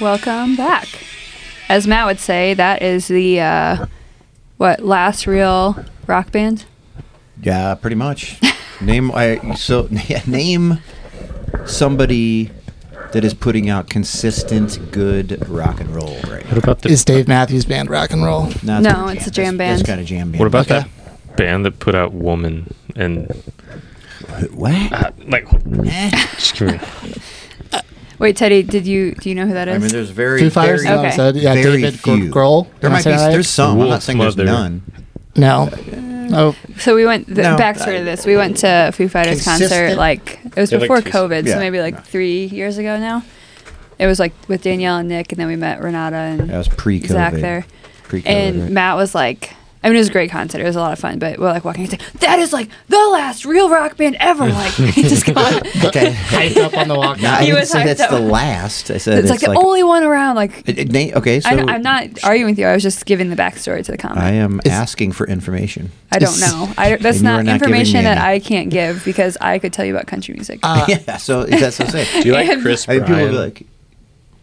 Welcome back. As Matt would say, that is the uh, what last real rock band. Yeah, pretty much. name I so yeah, name somebody that is putting out consistent good rock and roll right now. What about the Is Dave Matthews Band rock and roll? Now No, it's a jam band. It's kind of jam band. What about Okay. that band that put out Woman and What? uh, like Eh. excuse me. Wait, Teddy, did you do you know who that is? I mean, there's very, Foo Fighters. very, no, Okay. so, yeah, very David Gr- few. Grohl. There am might I be. saying that right? There's some. I'm not Wolf's saying Mother. there's none. no. Oh, so we went the No, backstory I- to this. We went to a Foo Fighters concert Consistent- like it was Yeah, like before two- COVID, yeah, so maybe like no. three years ago now. It was like with Danielle and Nick, and then we met Renata and That was pre-COVID. Zach there. Pre-COVID. And right? Matt was like, I mean, it was a great concert. It was a lot of fun, but we're like walking. He's like, that is like the last real rock band ever. Like, he just got. okay. hyped up on the walk. No, I He didn't was say hyped that's up. the last. I said It's it's, like the only one around. Like, It- it- na- okay, so I, am not arguing with you. I was just giving the backstory to the comment. I I, am It's- asking for information. don't know. I, don't- that's And you are not, not giving me information that any. I can't give because I could tell you about country music. Uh, yeah, so that's what I'm saying. Do you like And- Chris I mean, Brian? people will be like,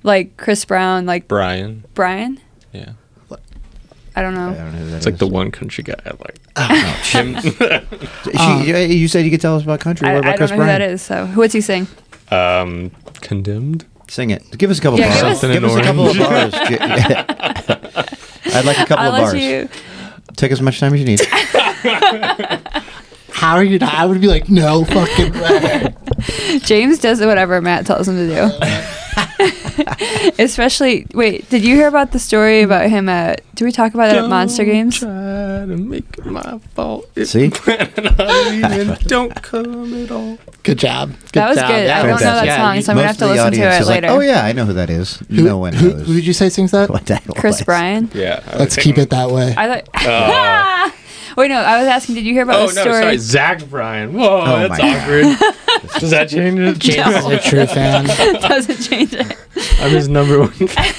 like Chris Brown, like Brian. Brian. Yeah. I don't I know. don't know who that It's like is. the one country guy I like. Oh, Jim. she, you said you could tell us about country. Uh, I, What I, about don't Chris know who Bryan? that is. So, who what's he sing? Um, condemned. Sing it. Give us a couple Yeah, bars. give us- Something give in us a couple of bars. orange. I'd like a couple I'll of let bars. you. Take as much time as you need. How are you not? I would be like, no fucking way. James does whatever Matt tells him to do. Especially, wait, did you hear about the story about him at? Did we talk about it at Monster Games? Try to make it my fault. It's See? not even- don't come at all. Good job. Good That was job. good. I Yeah. don't know that Fantastic. Yeah, song, you- so I'm gonna Most have of to the listen to audience it is like, later. oh yeah, I know who that is. Who, no one who, knows. who did you say sings that? what that Chris was. Bryan. Yeah. I Let's would keep think- it that way. I thought. wait, no, I was asking. Did you hear about Oh the no! story? Sorry, Zach Bryan. Whoa, Oh, that's my God. awkward. Does that change it? James is a true fan. Doesn't change it. I'm his number one. fan.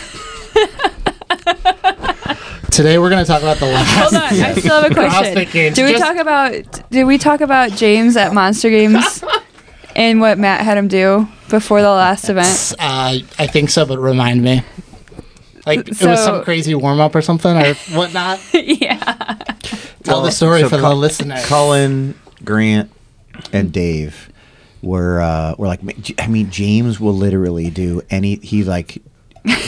Today we're going to talk about the last. Hold on, I still have a CrossFit question. Games, Did we just- talk about? Did we talk about James at Monster Games and what Matt had him do before the last event? Uh, I think so, but remind me. Like it was So- some crazy warm up or something or whatnot. yeah. Tell the story so for Col- the listener. Cullen, Grant, and Dave were uh, were like. ma- J- I mean, James will literally do any. He like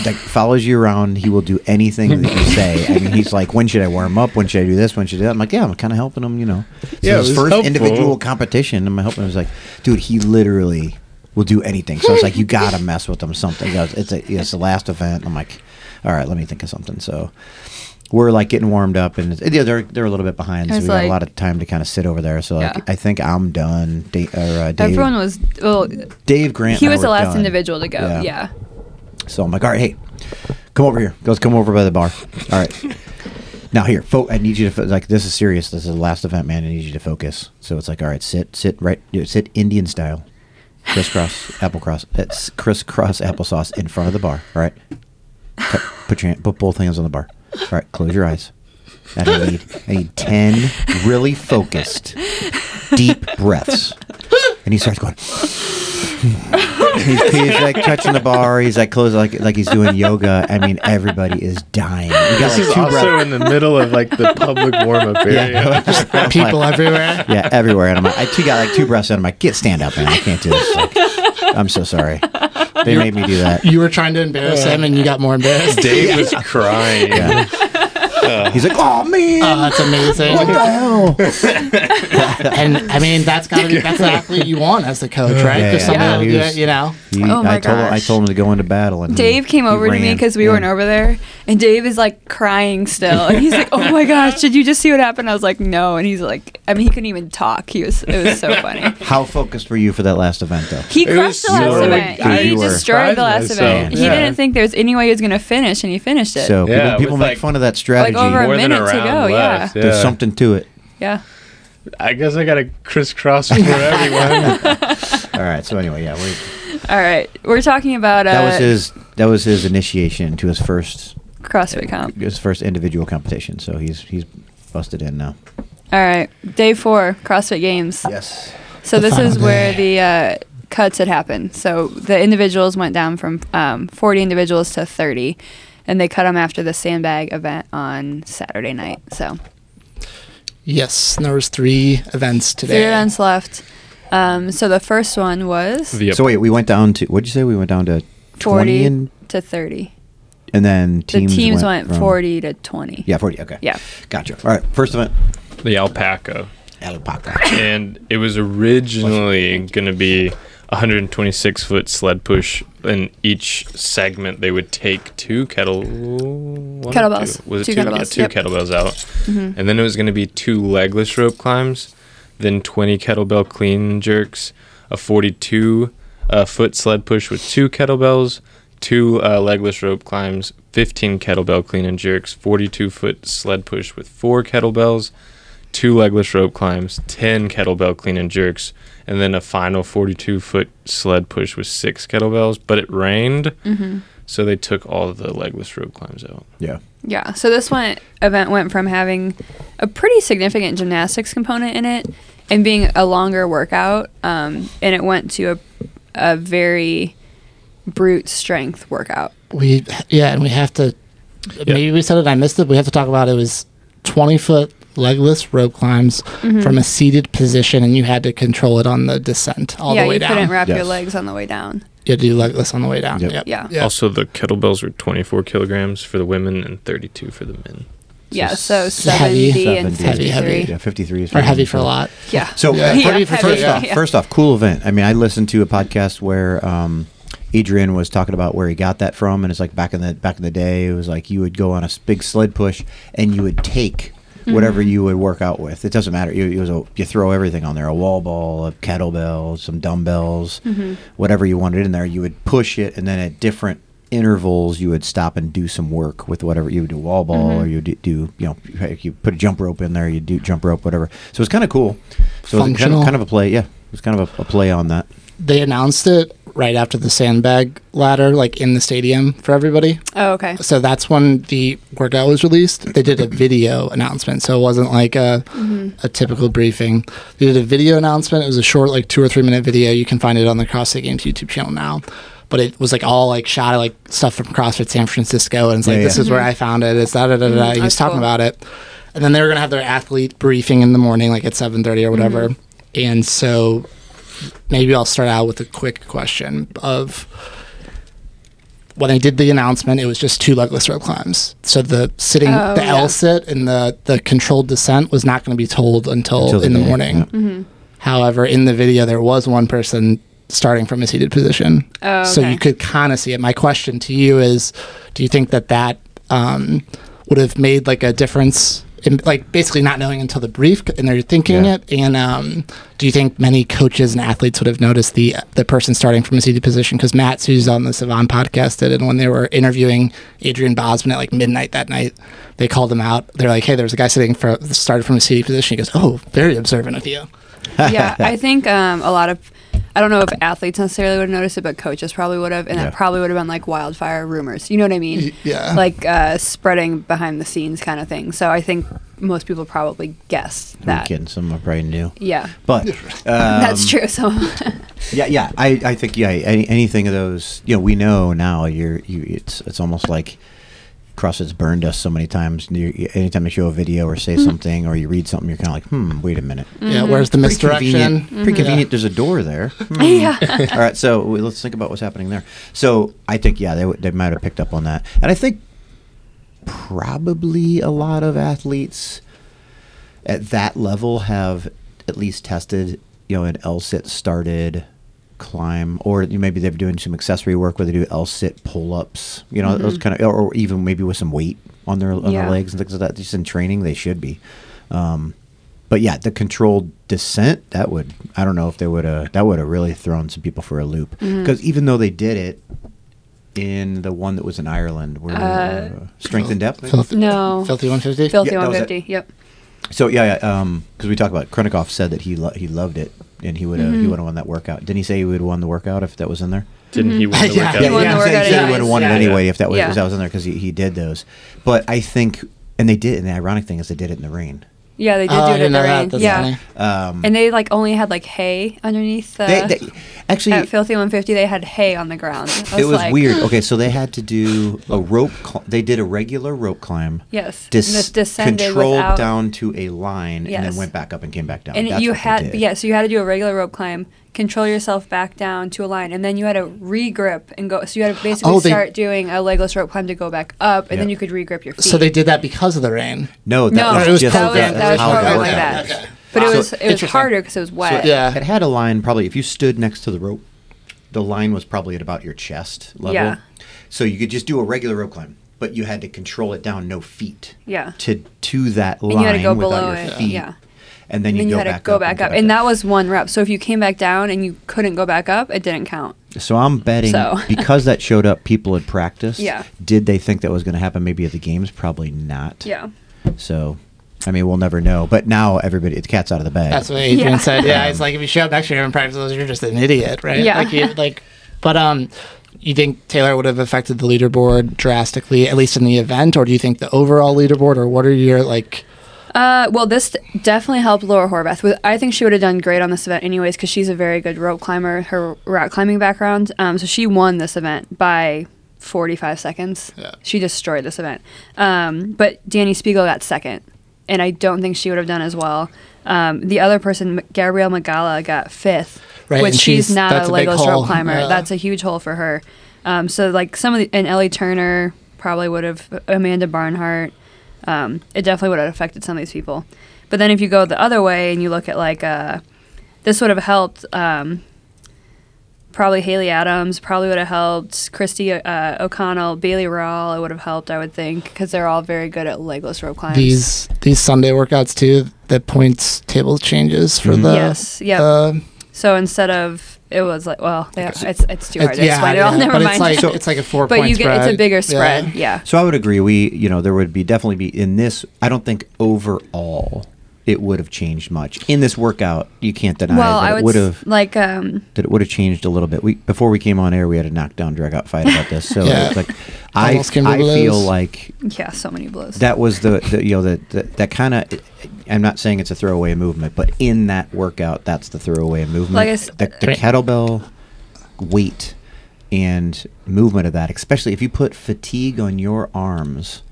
like follows you around. He will do anything that you say. I mean, he's like, when should I warm up? When should I do this? When should I? do that?" I'm like, yeah, I'm kind of helping him. You know, so Yeah, his it was first helpful. individual competition. I'm helping. him. I was like, dude, he literally will do anything. So I was like, you gotta mess with him something. Goes, It's a, it's the last event. I'm like, all right, let me think of something. So we're like getting warmed up and it's- yeah, they're they're a little bit behind, I so we was got a like- lot of time to kind of sit over there. So like, Yeah. I think I'm done. Da- or, uh, Dave, Everyone was. Well, Dave Grant. he and I was the were last done. individual to go. Yeah. So I'm like, all right, hey, come over here. Let's come over by the bar. All right. now here, fo- I need you to fo- like this is serious. This is the last event, man. I need you to focus. So it's like, all right, sit, sit right, yeah, sit Indian style, crisscross, apple cross, it's crisscross applesauce in front of the bar. All right. Cut- Put your hand, put both hands on the bar. All right, close your eyes. And I need I need ten really focused, deep breaths. And he starts going. he's, he's like touching the bar. He's like close, like like he's doing yoga. I mean, everybody is dying. You got This like is two also breaths. in the middle of like the public warm up area. People everywhere. Yeah, everywhere. And I'm like, I two got like two breaths, and I'm like, get stand up, man. I can't do this. Like, I'm so sorry. They made me do that. You were trying to embarrass him and you got more embarrassed. Dave was crying. Yeah. He's like, oh man, Oh, that's amazing. what the hell? and I mean, that's gotta be that's the athlete you want as the coach, right? Yeah, Because yeah, someone yeah. will He do was- it, you know. He- Oh, my I told I gosh. told him to go into battle, and he- Dave came he over to me ran. because we Yeah. weren't over there, and Dave is like crying still, and he's like, "Oh my gosh, did you just see what happened?" I was like, "No," and he's like, "I mean, he couldn't even talk. He was it was so funny. How focused were you for that last event, though? He It crushed was the last so event. good. He You were destroyed the last surprised event. myself. He Yeah. didn't think there was any way he was gonna finish, and he finished it. So Yeah, people, people with, make like, fun of that strategy. over a More than minute to round go, yeah. left, There's something to it. yeah, I guess I got to crisscross for everyone. All right. So anyway, yeah, we, all right, we're talking about uh, that was his that was his initiation to his first CrossFit comp. his first individual competition. So he's he's busted in now. All right, day four, CrossFit Games. Yes. So The this final is where the uh, cuts had happened. So the individuals went down from um, 40 individuals to 30, and they cut them after the sandbag event on Saturday night. So Yes, and there was three events today. three events left. Um, so the first one was So wait, we went down to what'd you say? We went down to 40 twenty, and, to 30. and then teams the teams went, from- 40 to 20. Yeah, forty. Okay. Yeah. Gotcha. All right. First event. the alpaca. Alpaca. and it was originally going to be 126 foot sled push in each segment they would take two kettle one or Kettlebells. two? was Two it two, Yeah, kettlebells, two yep. Mm-hmm. kettlebells out and then it was going to be two legless rope climbs then 20 kettlebell clean jerks a 42 uh, foot sled push with two kettlebells two uh, legless rope climbs 15 kettlebell clean and jerks 42 foot sled push with four kettlebells two legless rope climbs, 10 kettlebell clean and jerks, and then a final 42 foot sled push with six kettlebells. But it rained, so they took all the legless rope climbs out. yeah. Yeah. So this one event went from having a pretty significant gymnastics component in it and being a longer workout, um, and it went to a, a very brute strength workout. We yeah, and we have to. Maybe we said it. I missed it. We have to talk about it. Was twenty foot legless rope climbs from a seated position, and you had to control it on the descent all yeah, the way you down. couldn't wrap your Yes. legs on the way down. you had to do legless on the way down. Yep. Yep. Yeah. Also, the kettlebells were 24 kilograms for the women and 32 for the men. yeah, so s- 70, and 53. Heavy, heavy. Yeah, fifty-three is Or heavy for a lot. Yeah. So Yeah. uh, Yeah, heavy, pretty- first yeah. off, yeah. first off, cool event. I mean, I listened to a podcast where um, Adrian was talking about where he got that from, and it's like back in the back in the day, it was like you would go on a s- big sled push and you would take whatever Mm-hmm. you would work out with. It doesn't matter. You, it was a, you throw everything on there: a wall ball, a kettlebell, some dumbbells, Mm-hmm. whatever you wanted in there. You would push it, and then at different intervals you would stop and do some work with whatever you would do wall ball Mm-hmm. or you would do, do you know if you put a jump rope in there you do jump rope whatever so it's kind of cool so it's kind of, Functional. kind of a play, yeah. It was kind of a, a play on that. They announced it right after the sandbag ladder, like in the stadium for everybody. Oh, okay. So that's when the workout was released. They did a video announcement, so it wasn't like a Mm-hmm. a typical briefing. They did a video announcement. It was a short, like two or three minute video. You can find it on the CrossFit Games YouTube channel now. But it was like all like shot of like stuff from CrossFit San Francisco, and it's like Yeah, this yeah. is where I found it. It's da da da da. da. He was Mm-hmm. that's talking cool. about it, and then they were gonna have their athlete briefing in the morning, like at seven thirty or whatever. Mm-hmm. And so maybe I'll start out with a quick question of when they did the announcement, it was just two legless rope climbs. So the sitting, Oh, the yeah. L sit and the the controlled descent was not going to be told until, Until the in the day, morning. yeah. However, in the video, there was one person starting from a seated position, Oh, so okay. you could kind of see it. My question to you is, do you think that that um, would have made like a difference? In, like basically not knowing until the brief c- and they're thinking Yeah. it and um, do you think many coaches and athletes would have noticed the the person starting from a seated position because matt who's on the savon podcast did and when they were interviewing adrian bosman at like midnight that night they called him out they're like hey there's a guy sitting for started from a seated position he goes oh very observant of you yeah, I think um, a lot of, I don't know if athletes necessarily would have noticed it, but coaches probably would have, and Yeah. that probably would have been like wildfire rumors. You know what I mean? Y- yeah. Like uh, spreading behind the scenes kind of thing. So I think most people probably guessed I'm that. kidding. Some are probably new, Yeah, but um, that's true. So yeah, yeah. I, I think yeah. Any, anything of those, you know, we know now. You're you. It's it's almost like CrossFit's burned us so many times. You, anytime they show a video or Mm-hmm. say something or you read something, you're kind of like, hmm, wait a minute. yeah where's the Pretty convenient. misdirection Mm-hmm. Pretty convenient. There's a door there. Hmm. yeah, All right, so we- let's think about what's happening there. So I think yeah, they would- they might have picked up on that, and I think probably a lot of athletes at that level have at least tested, you know, an LSIT started climb, or you- maybe they're doing some accessory work where they do LSIT pull ups, you know, those kind of, or, or even maybe with some weight on their on Yeah. their legs and things like that. Just in training, they should be. Um, but yeah, the controlled descent that would I don't know if they would have that would have really thrown some people for a loop Mm-hmm. because even though they did it in the one that was in Ireland where uh, strength and depth. maybe? Filthy- No. filthy 150 filthy that was it. 150. Yep. So yeah, because we talked about Krennikov said that he lo- he loved it and he would have Mm-hmm. he would have won that workout. Didn't he say he would have won the workout if that was in there? Didn't he win the Yeah, workout? He won the I'm saying workout he said he anyways. would have won it Yeah. anyway if that was Yeah. if that was in there because he, he did those. But I think, and they did. And the ironic thing is they did it in the rain. Yeah, they did Oh, do I it didn't in the know that. rain. That's yeah, funny. Um, and they like only had like hay underneath. The, they, they, actually, uh, at Filthy 150, they had hay on the ground. I it was like, weird. Okay, so they had to do a rope. Cl- they did a regular rope climb. Yes, Dis- and it descended controlled without- down to a line and then Yes. went back up and came back down. And That's you what they had did. yeah, so you had to do a regular rope climb, control yourself back down to a line, and then you had to re-grip and go. So you had to basically Oh, they- start doing a legless rope climb to go back up, and then Yeah. you could re-grip your feet. So they did that because of the rain. No, that no, was it was just that was, programmed. that was how programmed it like worked that. out. Okay. But So- it was it was Interesting. harder because it was wet. yeah. It had a line probably if you stood next to the rope, the line was probably at about your chest level. Yeah. So you could just do a regular rope climb, but you had to control it down no feet. Yeah. To to that line you had to go without below your it, feet. yeah. And then And you then you go had to back go up back go up, and that was one rep. So if you came back down and you couldn't go back up, it didn't count. So I'm betting So. because that showed up, people had practiced. Yeah. Did they think that was going to happen? Maybe at the games, probably not. Yeah. So, I mean, we'll never know. But now everybody, the cat's out of the bag. That's what Adrian Yeah. said. Yeah, it's like if you show up next year and practice those, you're just an idiot, right? Yeah. Like, you, like, but um, you think Taylor would have affected the leaderboard drastically, at least in the event, or do you think the overall leaderboard, or what are your like? Uh, well, this definitely helped Laura Horvath. With- I think she would have done great on this event, anyways, because she's a very good rope climber. Her rock climbing background, um, so she won this event by 45 seconds. Yeah. She destroyed this event. Um, but Danny Spiegel got second, and I don't think she would have done as well. Um, the other person, M- Gabrielle Magala, got fifth, Right, which and she's, she's- not that's a a big legless hole. rope climber. Yeah. That's a huge hole for her. Um, so like some of the and Ellie Turner probably would have Amanda Barnhart. Um, it definitely would have affected some of these people. But then if you go the other way and you look at like uh, this would have helped um, probably Haley Adams probably would have helped Christy uh, O'Connell Bailey Rawl it would have helped I would think because they're all very good at legless rope climbs. these these Sunday workouts too. The points table changes for the Mm-hmm. uh, Yes, yep. the- so instead of it was like well they, it's it's too hard it's- to explain it all. Never but mind. it's like it's like a four. but point you get it's a spread. bigger Yeah. spread. Yeah. So I would agree. We, you know, there would be definitely be in this. I don't think overall it would have changed much in this workout. You can't deny Well, I that it would would s- have like um that it would have changed a little bit. We before we came on air, we had a knockdown drag out fight about this. So Yeah. it's like I Almost came to I feel blows. like yeah, so many blows. that was the, the you know the, the that kind of. I'm not saying it's a throwaway movement, but in that workout, that's the throwaway movement. Like I s- the, the Right. kettlebell weight and movement of that, especially if you put fatigue on your arms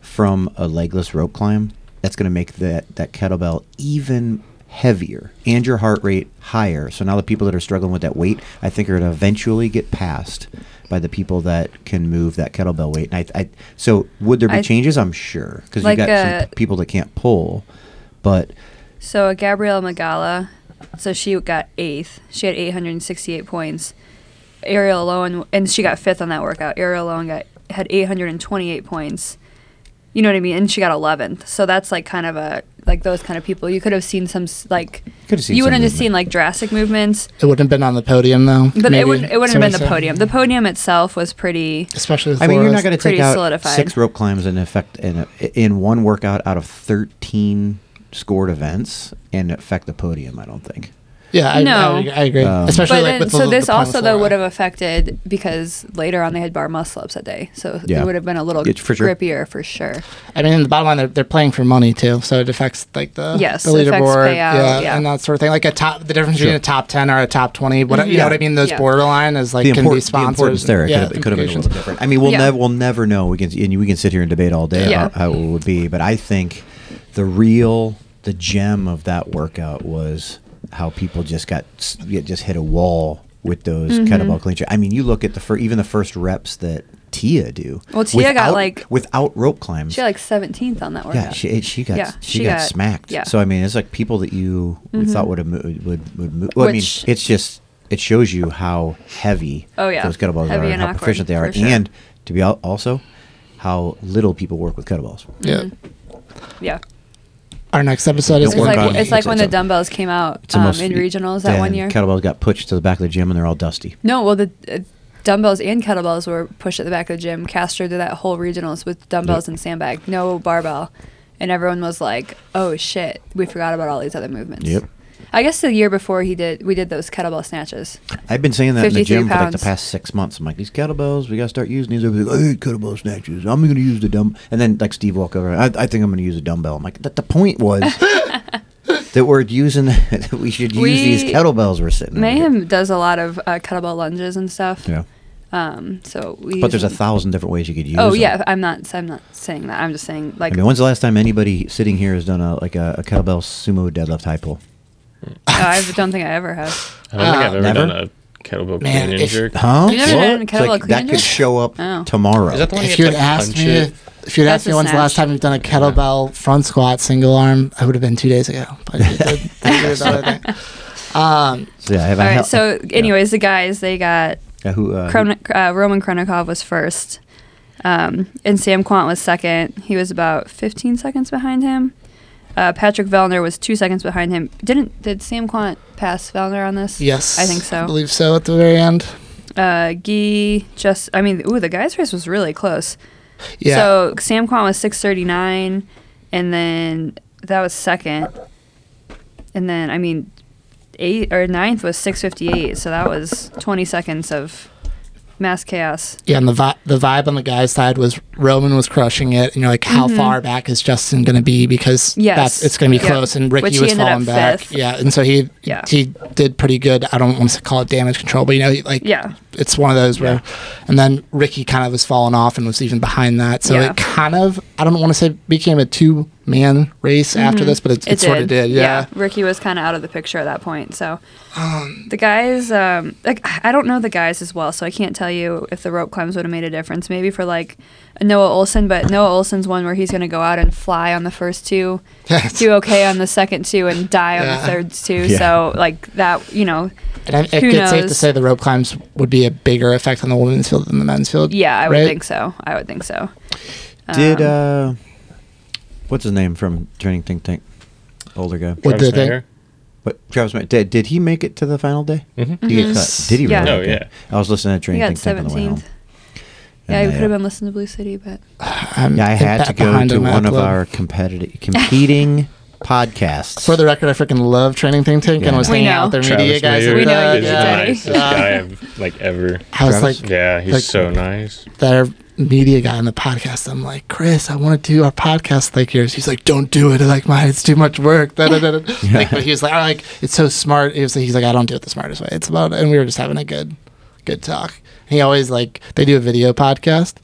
from a legless rope climb, that's going to make that that kettlebell even heavier and your heart rate higher. So now the people that are struggling with that weight, I think are going to eventually get passed by the people that can move that kettlebell weight. And I, I so would there be I- changes? I'm sure because Like uh, you got a- some p- people that can't pull, but So uh, Gabrielle Magala, so she got eighth. She had 868 points. Ariel Lowen, and she got fifth on that workout. Ariel Lowen got had 828 points. You know what I mean? And she got 11th. So that's like kind of a like those kind of people. You could have seen some s- like Could've seen you some wouldn't have movement. seen like drastic movements, It wouldn't have been on the podium though. but maybe, it wouldn't it wouldn't have been the somebody said. podium. The podium itself was pretty. Especially, with I mean, you're Flores. not going to pretty take out solidified. six rope climbs in effect in a, in one workout out of 13 scored events and affect the podium. I don't think. Yeah, I, No. I, would- I agree. Um, Especially But like then, with the, so the this Plum also though Flora. would have affected because later on they had bar muscle ups that day, so Yeah. it would have been a little It's for sure. grippier for sure. I mean, the bottom line, they're, they're playing for money too, so it affects like the Yes, the it affects leaderboard, payout, yeah. and that sort of thing. Like a top, the difference Sure. between a top ten or a top twenty, what you Yeah. know what I mean? Those Mm-hmm. Yeah. borderline is like the, can be important, the sponsors. importance there, it yeah, could've- it could have been a little implications. different. I mean, we'll Yeah. never we'll never know. We can and we can sit here and debate all day Yeah. about how it would be, but I think the real the gem of that workout was how people just got s- yeah, just hit a wall with those Mm-hmm. kettlebell clean. I mean, you look at the fir- even the first reps that Tia do. Well, Tia got, like- without rope climbs. She had like seventeenth on that workout. Yeah, she she got Yeah, she, she got, got- smacked. yeah. Mm-hmm. So I mean, it's like people that you would thought would have mo- would would move. Well, I mean, Which- it's just it shows you how heavy Oh, yeah. those kettlebells Heavy are, and and how awkward, proficient they are, for sure. and to be al- also how little people work with kettlebells. Yeah. yeah. Our next episode is It's Don't work going like, on it's it. like It's- when it's the a- dumbbells came out It's the um, most- in regionals that one and year. kettlebells got pushed to the back of the gym and they're all dusty. no, well the uh, dumbbells and kettlebells were pushed at the back of the gym. Castro did that whole regionals with dumbbells and sandbag, no barbell, and everyone was like, "Oh shit, we forgot about all these other movements." Yep. I guess the year before he did, we did those kettlebell snatches. I've been saying that in the 53 gym for like the pounds. past six months. I'm like, these kettlebells, we gotta start using these. Everybody's like, I hate kettlebell snatches. I'm gonna use the dumb. And then like Steve walk over. I, I think I'm gonna use a dumbbell. I'm like, that the point was that we're using. that we should use these We- kettlebells we're sitting. over here. Mayhem does a lot of uh, kettlebell lunges and stuff. Yeah, Um. So we. but there's a usually- thousand different ways you could use. Oh them. yeah, I'm not. I'm not saying that. I'm just saying like I mean, when's the last time anybody sitting here has done a like a, a kettlebell sumo deadlift high pull? no, I don't think I ever have. I don't think Uh, I've ever Never? done a kettlebell Man, clean and if- jerk. Huh? You never What? done a It's kettlebell like, clean that and could jerk? show up Oh. tomorrow. Is that the one If you you have had to like, asked punch me, it? if, if you had That's asked me a when's the last snatch. time you've done a kettlebell front squat single arm, I would have been two days ago. But you did- you did another thing. Um, So, yeah, have All I hel- right. So, Yeah. anyways, the guys they got Yeah, who, uh, who- Chron- uh, Roman Kronikov was first, um, and Sam Quant was second. He was about 15 seconds behind him. Uh, Patrick Vellner was two seconds behind him. Didn't did Sam Quant pass Vellner on this? yes, I think so. I believe so. At the very end, Uh, Guy just, I mean, ooh, the guys' race was really close. yeah. So Sam Quant was 6:39, and then that was second, and then I mean, eight or ninth was 6:58. So that was 20 seconds of mass chaos. Yeah, and the vi- the vibe on the guy's side was Roman was crushing it, and you're like, how far back is Justin going to be? Because Mm-hmm. Yes. that's it's going to be Yeah. close, and Ricky Which he was ended up falling back. fifth. Yeah, and so he Yeah. he did pretty good. I don't want to call it damage control, but you know, like Yeah. it's one of those where, and then Ricky kind of was falling off and was even behind that. So Yeah. it kind of I don't want to say became a two man race Mm-hmm. after this, but it, it, sort of did. Yeah, Ricky was kind of out of the picture at that point. So the guys, um, like I don't know the guys as well, so I can't tell you if the rope climbs would have made a difference. Maybe for like Noah Olson, but Noah Olson's one where he's going to go out and fly on the first two, do okay on the second two, and die on Yeah. the third two. Yeah. So like that, you know, and I, I think who it's safe to knows? say the rope climbs would be a bigger effect on the women's field than the men's field. yeah, I would right? think so. I would think so. Um, Did uh, what's his name from Training Think Tank? Older guy. What Travis the thing? Mayer? What Travis? Ma- Did, did he make it to the final day? Mhm. He got Yes. cut. Did he? Mm-hmm. Yeah. Really Oh, Okay. yeah. I was listening to He Training got Think Tank on the way home. seventeenth. Yeah, And we I, could have uh, been listening to Blue City, but I'm Yeah, I had back to go um, behind to him at one of the- our competitive competing podcasts. For the record, I freaking love Training Think Tank Yeah, I and was know. hanging We out with know. their Travis media guys. Mayer We know you is did, the Daddy. nicest guy I've like ever. I was Travis? like, Yeah, he's Like- so nice. their media guy on the podcast. I'm like, Chris, I want to do our podcast like yours. He's like, don't do it. I like mine. It's too much work. Da, da, da, da. Like, but he was like, I like, it's so smart. He was like, he's like, I don't do it the smartest way. It's about, and we were just having a good, good talk. He always like, they do a video podcast.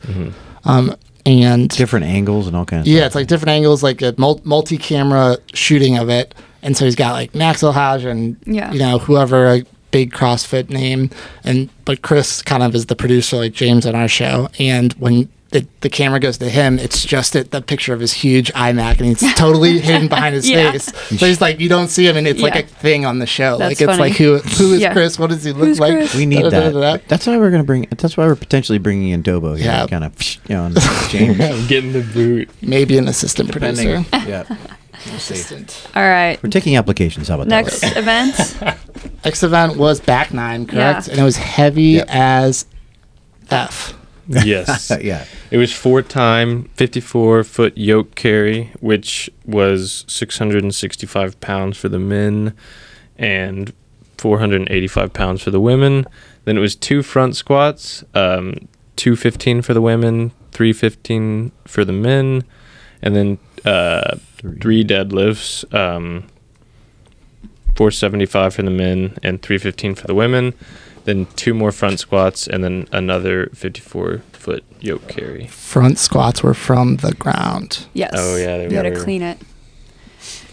Um, and different angles and all kinds. Yeah, of it's like different angles, like a mul- multi-camera shooting of it, and so he's got like Max Hodge and Yeah. you know whoever a big CrossFit name, and but Chris kind of is the producer, like James on our show, and when. The, the camera goes to him. It's just it, the picture of his huge iMac, and he's totally hidden behind his Yeah. face. So he's like, you don't see him, and it's like Yeah. a thing on the show. That's like it's funny. like who who is Yeah. Chris? What does he look Who's like? Chris? We need Da-da-da-da-da. that. That's why we're gonna bring. That's why we're potentially bringing in Dobo here. Yeah. Kind of, you know, and James. I'm getting the boot. Maybe an assistant Depending. producer. yeah. We'll see. Assistant. all right. We're taking applications. How about Next that? event. X event was back nine, correct? Yeah. And it was heavy Yep. as F. Yes. yeah. It was four time, 54 foot yoke carry, which was 665 pounds for the men and 485 pounds for the women. Then it was two front squats, um, 215 for the women, 315 for the men, and then uh, Three. three deadlifts, um, 475 for the men and 315 for the women. Then two more front squats and then another 54 foot yoke carry. Front squats were from the ground. Yes. Oh, yeah, they You got to were- clean it.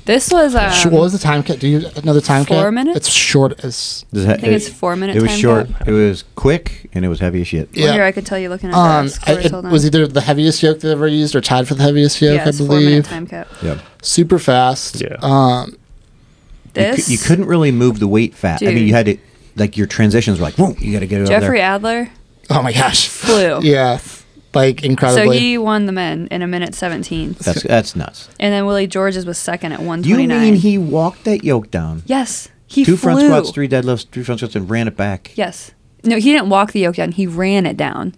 This was um, Sh- what was the time cut? Do you another time cut? four minutes? It's short as Does that- I think it's four minute. It was time short. cap. It was quick, and it was heavy as shit. Yeah. Here I could tell you looking at um. the I, scores. it Hold on. was either the heaviest yoke they ever used or tied for the heaviest yoke, yeah, I it's four minute believe. time cap. Yeah. Super fast. Yeah. Um. You, This cou- you couldn't really move the weight fat. I mean, Dude. you had to like your transitions were like, whoa, you got to get it Jeffrey over Adler Oh my gosh. flew. Yeah. Like So incredibly. he won the men in a minute seventeen, there. That's that's nuts. and then Willie George's was second at one You twenty nine. mean he walked that yoke down? Yes, he Two flew. front squats, three deadlifts, three front squats, and ran it back. Yes. No, he didn't walk the yoke down. He ran it down.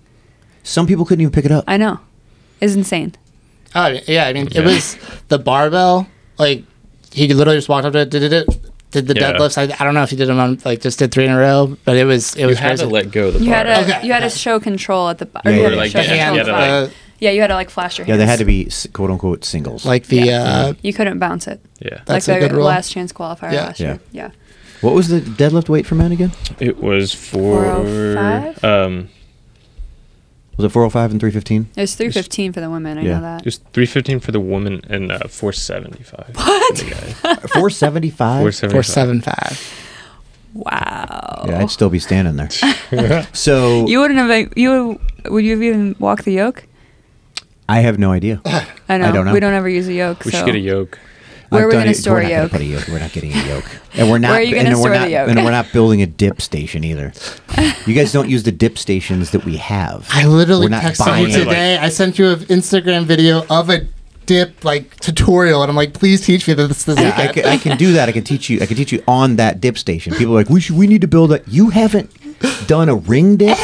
Some people couldn't even pick it up. I know. It's insane. Oh I mean- yeah, I mean Yeah. it was the barbell. Like he literally just walked up to it, did it, did the Yeah. deadlifts. I, I don't know if you did them on like just did three in a row, but it was it You was had to crazy. let go of the You had bar. to Okay. you had to show control at the bo- or Yeah, you yeah, had to like show the hand, control at the yeah, bottom. like- yeah, you had to like flash your Yeah, hands. they had to be s- quote unquote singles. like the uh, You couldn't bounce it. Yeah. That's like a the good rule. last chance qualifier Yeah. last Yeah. year. Yeah. what was the deadlift weight for men again? It was for 405? um Was it 405 and 315? It was 315 for the women. I Yeah. know that. it was 315 for the woman and uh, 475. What? For the guy. 475? 475. four seven five. wow. Yeah, I'd still be standing there. so you wouldn't have. like, You would, would you have even walked the yoke? I have no idea. I know. don't know. We don't ever use a yoke. We so. should get a yoke. Where are I've we done gonna it- store we're not a gonna yoke? put yoke? We're not getting a yoke, and we're not. are you gonna and store we're the not, yoke? And we're not building a dip station either. You guys don't use the dip stations that we have. I literally We're not texted buying you it. today. I sent you an Instagram video of a dip like tutorial, and I'm like, please teach me this. this Yeah, I, weekend." can, I can do that. I can teach you. I can teach you on that dip station. People are like, we should, we need to build a. You haven't done a ring dip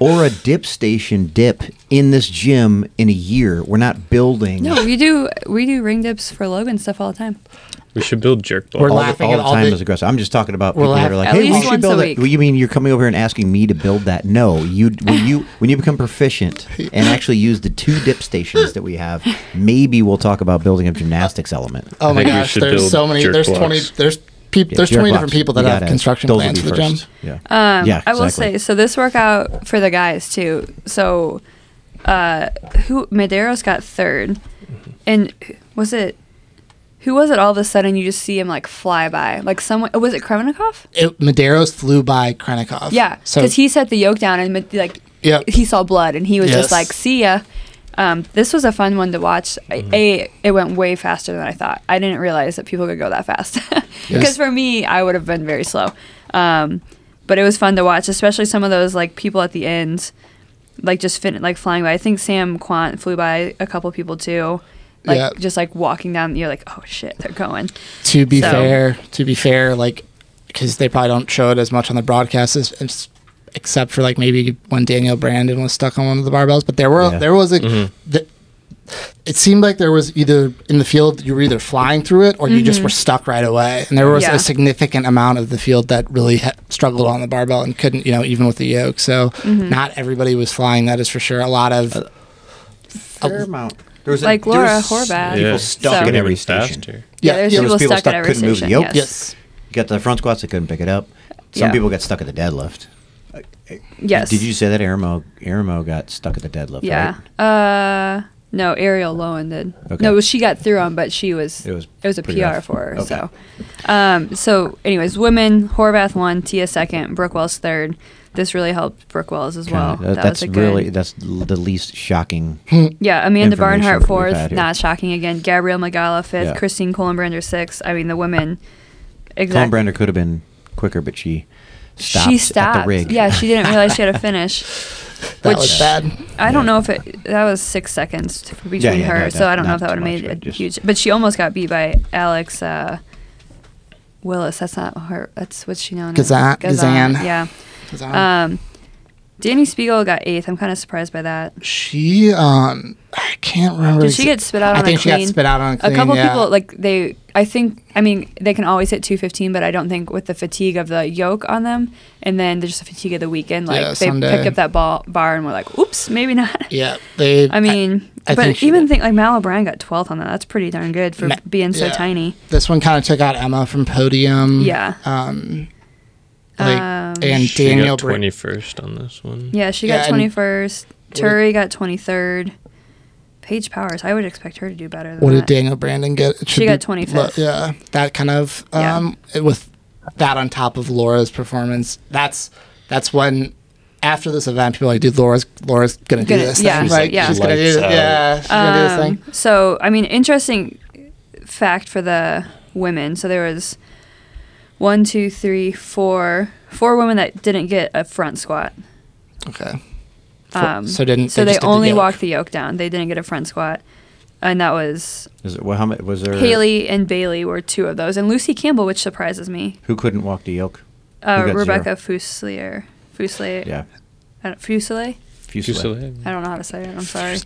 or a dip station dip in this gym in a year. We're not building. No, we do. We do ring dips for Logan stuff all the time. We should build jerk We're All balls. la- the, laughing all at the all time the- is aggressive. I'm just talking about We're people that are laughing- like, At "Hey, we least should once a build week. that." You mean you're coming over here and asking me to build that? No, you when you when you become proficient and actually use the two dip stations that we have, maybe we'll talk about building a gymnastics element. oh my think we gosh, should there's build so many. jerk There's blocks. twenty. There's peop, there's Jerk twenty blocks. different people that You have gotta- construction those would plans be for the gym. first. Yeah. yeah, Um, I will exactly. say so. This workout for the guys too. So, uh, who Medeiros got third, Mm-hmm. and who- was it? Who was it? All of a sudden, you just see him like fly by, like someone. oh, Was it Kremenikov? It, Medeiros flew by Krenikov. Yeah, because so he set the yoke down and Med- like Yep. he saw blood and he was Yes. just like, "See ya." Um, this was a fun one to watch. I- Mm-hmm. A, it went way faster than I thought. I didn't realize that people could go that fast. Yes. Because for me, I would have been very slow. Um, but it was fun to watch, especially some of those like people at the end, like just fin- like flying by. I think Sam Quant flew by a couple people too, like Yeah. just like walking down. You're like, "Oh shit, they're going." to be So- fair, to be fair, like because they probably don't show it as much on the broadcast as, as- except for like maybe when Daniel Brandon was stuck on one of the barbells. But there were Yeah. there was a. Mm-hmm. The, it seemed like there was either in the field you were either flying through it or you just were stuck right away, and there was Mm-hmm. Yeah. a significant amount of the field that really ha- struggled on the barbell and couldn't, you know, even with the yoke. So Mm-hmm. not everybody was flying. That is for sure. A lot of Fair amount. There was a- Like there Laura was Horvath. People Yeah. stuck So- in every Even station. faster. Yeah, there's There was people, people stuck, stuck, at every couldn't move the station. yoke. yes. yes. You got the front squats that couldn't pick it up. Some Yeah. people got stuck at the deadlift. Yes. Did you say that Aramo Aramo got stuck at the deadlift? Yeah. right? Uh, no, Ariel Lowen did. Okay. No, she got through him, but she was It was a PR pretty rough. for her. Okay. So, um, so anyways, women Horvath won, Tia second, Brooke Wells third. This really helped Brooke Wells as well. Kinda. That- that that's was a good, really that's l- the least shocking. yeah. Amanda information Barnhart that we've had fourth, here. not shocking again. Gabrielle Magala fifth, Yeah. Christine Kohlenbrander sixth. I mean the women. Colin Exactly. Brander could have been quicker, but she stopped, She at stopped. the rig. Yeah, she didn't realize she had a finish. That Which- was bad. I don't know if it that was six seconds t- between Yeah, yeah, her, no, so not- I don't know not if that would too have much, made a but just- huge. But she almost got beat by Alex uh, Willis. That's not her. That's what's she known as. Gazan- Gazan. Yeah. 'Cause I'm- Um, Danny Spiegel got eighth. I'm kind of surprised by that. She um I can't remember. Did she exa- get spit out I on think a she clean? got spit out on a clean. a couple yeah. people like they. I think. I mean, they can always hit 215, but I don't think with the fatigue of the yoke on them, and then there's just the fatigue of the weekend. Like Yeah, they Sunday. picked up that ball bar and were like, "Oops, maybe not." Yeah, they. I mean, I think but she even did. think like Mal O'Brien got 12th on that. That's pretty darn good for Ma- being so yeah. tiny. this one kind of took out Emma from podium. Yeah. Um, like Um, and She Daniel. got Bra- 21st on this one. Yeah, she Yeah, got and- twenty first. Turi got twenty third. Paige Powers, I would expect her to do better than what did that. Daniel Brandon get? It should She got be- 25th. lo- Yeah, that kind of Yeah. um it- with that on top of Laura's performance. That's that's when. After this event, people are like, dude, Laura's Laura's gonna do Gonna- this. yeah. thing. She's Like, like, she's gonna do lights this. out. Yeah, she's gonna do this Um, thing. So, I mean, interesting fact for the women. So there was one, two, three, four, four women that didn't get a front squat. Okay. For- Um, so didn't so they they, just did the only yoke. walked the yoke down. They didn't get a front squat, and that was Is it, well, how many was there? Haley and Bailey were two of those, and Lucy Campbell, which surprises me. who couldn't walk the yoke. Who Uh, got Rebecca Fuselier. Fuselier. Yeah, I don't, Fuselier? Fuselier. Fuselier. I don't know how to say it. I'm sorry.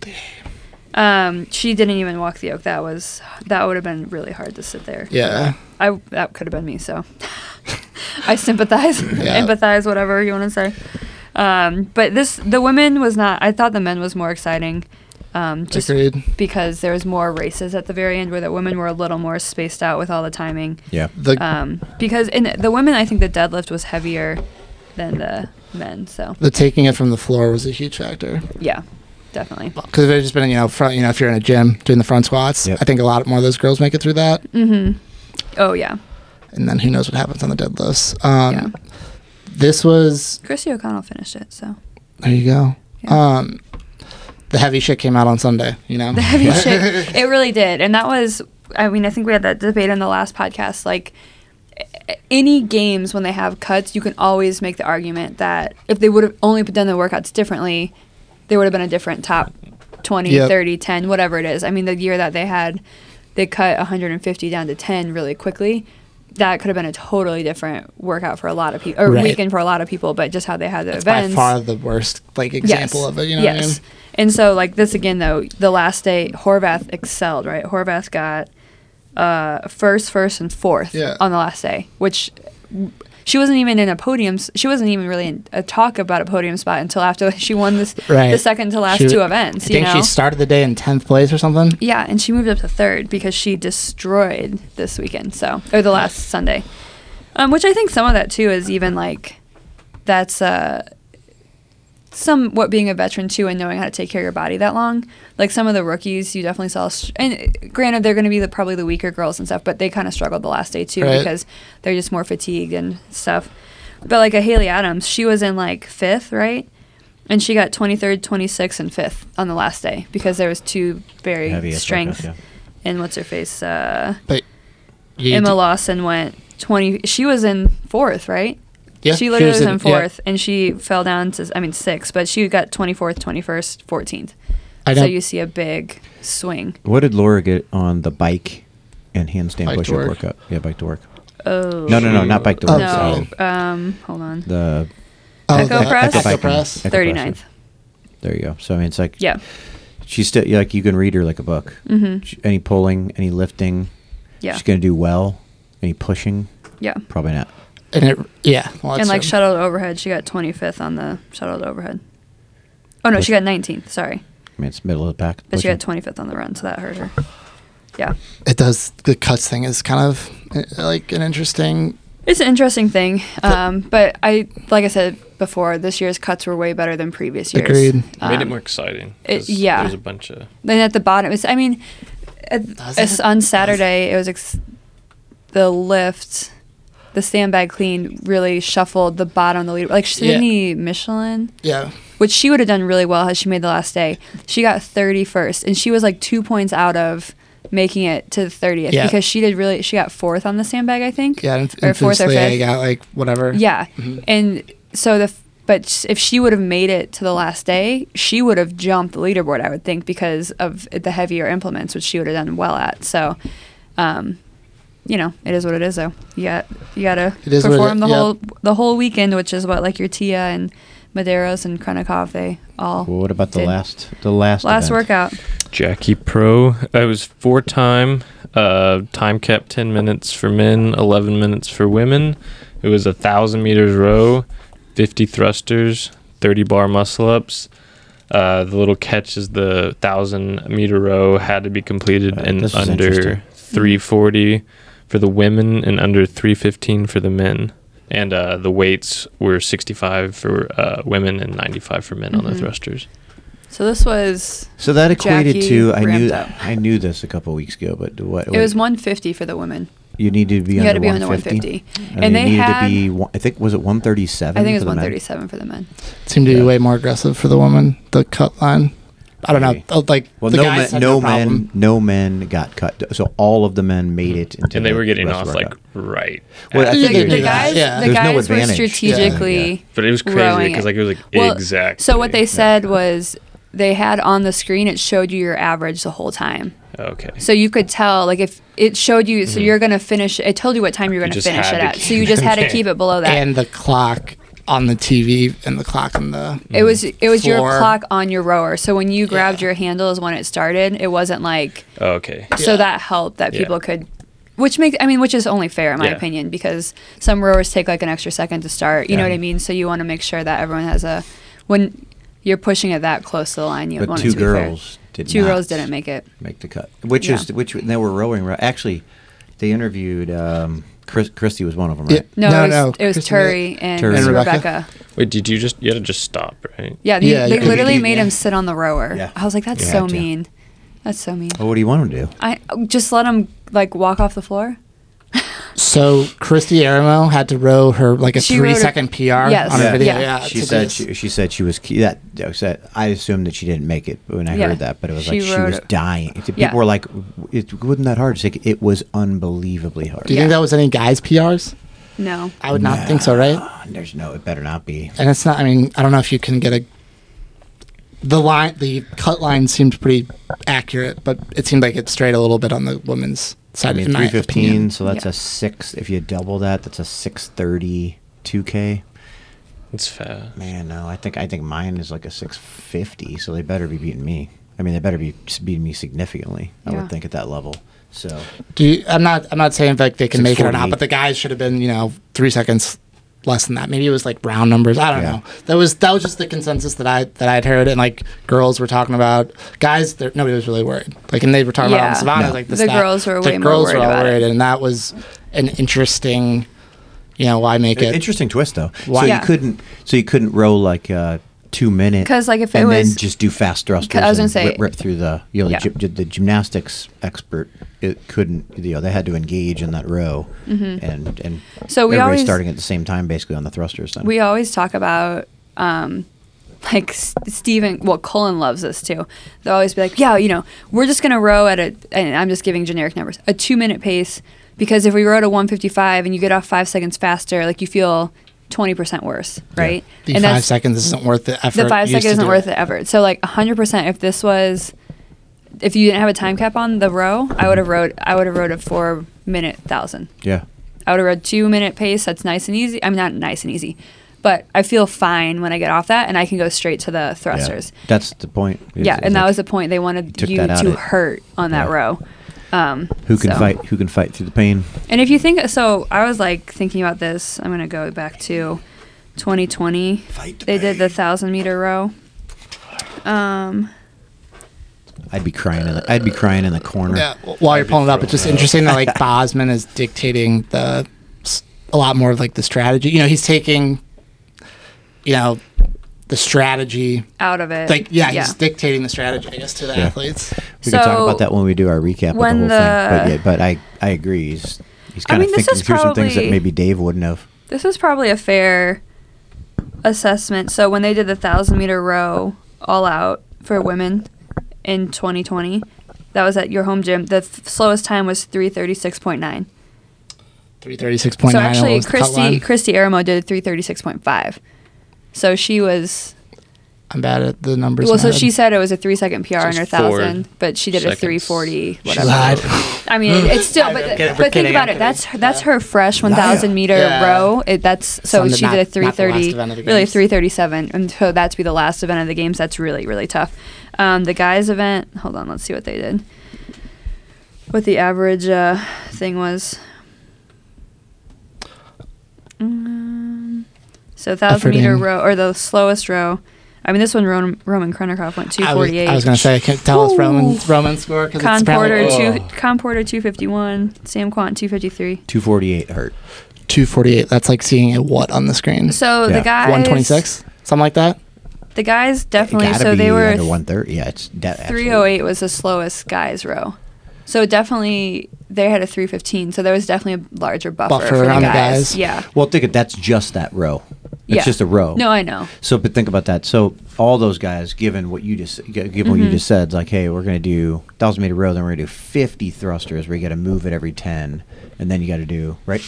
Um, she didn't even walk the oak. That was that would have been really hard to sit there. Yeah. I that could have been me. So I sympathize, Yeah. empathize, whatever you want to say. Um, but this the women was not. I thought the men was more exciting. Um, just Agreed. because there was more races at the very end where the women were a little more spaced out with all the timing. Yeah. The Um, because in the women, I think the deadlift was heavier than the men. So the taking it from the floor was a huge factor. yeah, definitely. Because if it had just been, you know, front, you know, if you're in a gym doing the front squats, Yep. I think a lot more of those girls make it through that. Oh yeah, And then who knows what happens on the deadlifts. Um, yeah. This was, Christy O'Connell finished it. So there you go. Yeah. Um, the heavy shit came out on Sunday, you know? the heavy shit. It really did. And that was, I mean, I think we had that debate on the last podcast. Like, a- any games when they have cuts, you can always make the argument that if they would have only done the workouts differently, there would have been a different top 20, Yep. 30, 10, whatever it is. I mean, the year that they had, they cut 150 down to 10 really quickly. That could have been a totally different workout for a lot of people, or Right. weekend for a lot of people, but just how they had the By events. far the worst, like, example of it, you know what I mean? And so, like this again, though, the last day Horvath excelled, right? Horvath got uh, first, first, and fourth Yeah. on the last day, which she wasn't even in a podium. s- She wasn't even really in a talk about a podium spot until after she won this Right. the second to last She- two events. I think you know? she started the day in 10th place or something. Yeah, and she moved up to third because she destroyed this weekend, so or the last Sunday, um, which I think some of that too is even like that's uh, somewhat being a veteran too and knowing how to take care of your body that long. Like some of the rookies, you definitely saw. str- And uh, granted, they're going to be the probably the weaker girls and stuff, but they kind of struggled the last day too Right. because they're just more fatigued and stuff. But like a Haley Adams, she was in like fifth, right? And she got 23rd, 26th, and 5th on the last day because there was two very Heavy as fuck, strength. yeah. And what's her face? Uh, But you Emma d- Lawson went 20. She was in fourth, right? Yeah, She literally was, was in- in yeah. fourth, and she fell down to, I mean, sixth, but she got 24th, 21st, 14th. I So don't- you see a big swing. What did Laura get on the bike and handstand Bike to push-up work. workout? Yeah, bike to work. Oh. No, no, no, not bike to Oh, work. No. um, Um, hold on. the Oh, Echo the press? Echo Echo press. press. 39th. there you go. So I mean, it's like Yeah. she's still yeah, like you can read her like a book. Mhm. She- any pulling, any lifting, Yeah. she's gonna do well. Any pushing, Yeah. probably not. And it, yeah. Well, and that's like true. shuttle to overhead, she got 25th on the shuttle to overhead. Oh no, she got 19th. Sorry, I mean, it's middle of the pack. but she pushing. got 25th on the run, so that hurt her. Yeah, It does, the cuts thing is kind of uh, like an interesting it's an interesting thing. Um, but I, like I said before, this year's cuts were way better than previous years. Agreed. Made it Um, more exciting. it- 'cause yeah. There's a bunch of. Then at the bottom, it's, I mean, at, Does it's it? on Saturday it was ex- the lift, the sandbag clean really shuffled the bottom, the lead like Yeah. Sydney Michelin. Yeah. which she would have done really well had she made the last day. She got 31st, and she was like two points out of making it to the 30th Yeah. because she did really. She got fourth on the sandbag, I think. Yeah. And, Or and fourth or Felicia fifth. got like whatever. Yeah, Mhm. and so the f- but s- if she would have made it to the last day, she would have jumped the leaderboard, I would think, because of the heavier implements, which she would have done well at. So, um, you know, it is what it is, though. You got you got to It is what it- perform the yeah. whole the whole weekend, which is what like your Tia and Maderos and Krennikov, they all. Well, what about the did. last? The last. Last event? workout. Jackie Pro. I was four time. Uh, time kept 10 minutes for men, 11 minutes for women. It was a 1,000 meters row, 50 thrusters, 30 bar muscle ups. Uh, the little catch is the 1,000 meter row had to be completed Uh, in this is interesting. under 340 for the women and under 315 for the men. And uh, the weights were 65 for uh, women and 95 for men on the Mhm. thrusters. So this was So that equated Jackie to I knew ramped up. I knew this a couple weeks ago, but what it was 150 for the women. you need to be You under had to be under 150, 150, and you they needed had to be one, I think was it 137. I think it was for the men? 137 for the men. Seemed to Yeah. be way more aggressive for the woman. The cut line. I don't know. Maybe. Oh, Like Well, the no, guys men, had no, problem. men, no men got cut. So all of the men made it, into Mm-hmm. and they the were getting rest off workout. like right. Well, I after. think The, you the do that. guys, Yeah. the There's no guys were advantage. strategically. Yeah. But it was crazy rowing because it. like it was like Well, exact. So what they said was they had on the screen it showed you your average the whole time. Okay. So you could tell, like, if it showed you, so you're going to finish, it told you what time you're going to Mm-hmm. finish just had it to at. So keep you just had to it. keep it below that. And the clock on the TV and the clock on the. Mm. It was it was your Floor. clock on your rower. So when you grabbed Yeah. your handle is when it started. It wasn't like Oh, okay. Yeah. so that helped that Yeah. people could which makes I mean which is only fair in my Yeah. opinion because some rowers take like an extra second to start. You know Yeah. what I mean? So you want to make sure that everyone has a when you're pushing it that close to the line you But want it two to be fair. girls did Two not girls didn't make it. make the cut. Which Yeah. is which they were rowing. ro- Actually, they interviewed um, Chris, Christy was one of them, Yeah. right? No, No, it was, no, It was Kristen made Turi and, Turi. And Rebecca. Rebecca. Wait, did you just you had to just stop, right? Yeah, they, Yeah, they yeah. literally Yeah. made him sit on the rower. Yeah. I was like, that's You so had to. mean. That's so mean. Well, what do you want them to do? I just let him like walk off the floor. So Christy Aramo had to row her like a She three wrote a- second PR Yes. on her Yeah. video. Yeah. Yeah, she to said this. she, she said she was key, that I said I assumed that she didn't make it when I Yeah. heard that, but it was She like she wrote was it. dying. If the People Yeah. were like, "It wasn't that hard." It's like it was unbelievably hard. Do you think that was any guys' PRs? No. I would not think so, right? Ah, There's no, it better not be. And it's not. I mean, I don't know if you can get a. The line, the cut line seemed pretty accurate, but it seemed like it strayed a little bit on the women's side. I mean, in my three fifteen. opinion. So that's Yeah. a six. If you double that, that's a six thirty two k. It's fast. Man, no, I think I think mine is like a six fifty. So they better be beating me. I mean, they better be s- beating me significantly. I Yeah. would think at that level. So Do you, I'm not. I'm not saying like they can make it or not, 648. but the guys should have been you know three seconds less than that. Maybe it was like round numbers. I don't Yeah. know. That was that was just the consensus that I that I'd heard, and like girls were talking about guys. there- Nobody was really worried. Like, and they were talking Yeah. about on Savannah. No. Like this, The that. girls were the way more girls worried were all about it. worried, and that was an interesting. You know why make it? interesting twist though. Why- So Yeah. you couldn't. So you couldn't row like uh, two minutes. 'Cause, like, if it and was- then just do fast thrusters. I was gonna and say- rip, rip through the you know Yeah. the, gy- the gymnastics expert. It couldn't. You know they had to engage in that row and and Mm-hmm. So we everybody's always- starting at the same time basically on the thrusters. Then We always talk about um like S- Steven, well, Cullen loves this too. They'll always be like, yeah, you know, we're just going to row at a, and I'm just giving generic numbers, a two minute pace because if we row at a 155 and you get off five seconds faster, like you feel 20% worse, right? the and five that's- seconds isn't worth the effort. the five used second to isn't do worth the effort. So like hundred percent, if this was, if you didn't have a time cap on the row, I would have rode. I would have rode a four minute thousand. yeah. I would have rode two minute pace. That's nice and easy. I'm not nice and easy, but I feel fine when I get off that, and I can go straight to the Yeah. thrusters. That's the point. is- Yeah, is and that like, was the point. They wanted took you that out to of it. hurt on that Yeah. row. Um, who can so. fight who can fight through the pain. And if you think so, I was like thinking about this. I'm gonna go back to 2020. Fight They did the thousand meter row. Um, I'd be crying. In the, I'd be crying in the corner. Yeah, w- while you're pulling it up, it's just interesting that like Bosman is dictating the s- a lot more of like the strategy. You know, he's taking, you know, the strategy. out of it. Like yeah, he's dictating the strategy, I guess, to the Yeah. athletes. We can talk So, about that when we do our recap when of the whole the- thing. But yeah, but I I agree. He's he's I kind mean, of this thinking is through some things that probably- maybe Dave wouldn't have. This was probably a fair assessment. So when they did the thousand meter row all out for women in 2020, that was at your home gym. The th- slowest time was 336.9. Three thirty six point so nine. actually, Christy Christy Aramo did 336.5. So she was I'm bad at the numbers. well. in my So head. she said it was a three second PR in Just her four thousand, but she did seconds. a 340. she Whatever. lied. Mm. I mean, it- it's still, I'm but, kidding, but kidding, think about I'm it. That's kidding. that's her fresh 1,000 meter Yeah. row. It, that's so Some did she did not- a not the last 330, event of the really games. 337, and so that's be the last event of the games. That's really really tough. Um, the guys event. Hold on, let's see what they did. What the average uh, thing was. Um, so thousand meter Efforting. row or the slowest row. I mean, this one Roman, Roman Krennikov went I was, 248. I was gonna say, can tell us Ooh. Roman's Roman score because it's Con Porter, apparently Oh. two, Con Porter 251, Sam Quant 253. Two forty eight hurt. two forty eight. That's like seeing a what on the screen. So Yeah. the guys, One twenty six, something like that. The guys definitely. Gotta So be they were under one thirty. Yeah, it's de- three oh eight was the slowest guys row. So definitely they had a three fifteen. So there was definitely a larger buffer, Buffer for the guys. on the guys. Yeah. absolutely. Well, think of that's just that row. It's yeah. just a row. No, I know. So, but think about that. So, all those guys, given what you just, g- given what Mm-hmm. you just said, it's like, hey, we're going to do thousand meter row, then we're going to do fifty thrusters. We got to move it every ten, and then you got to do right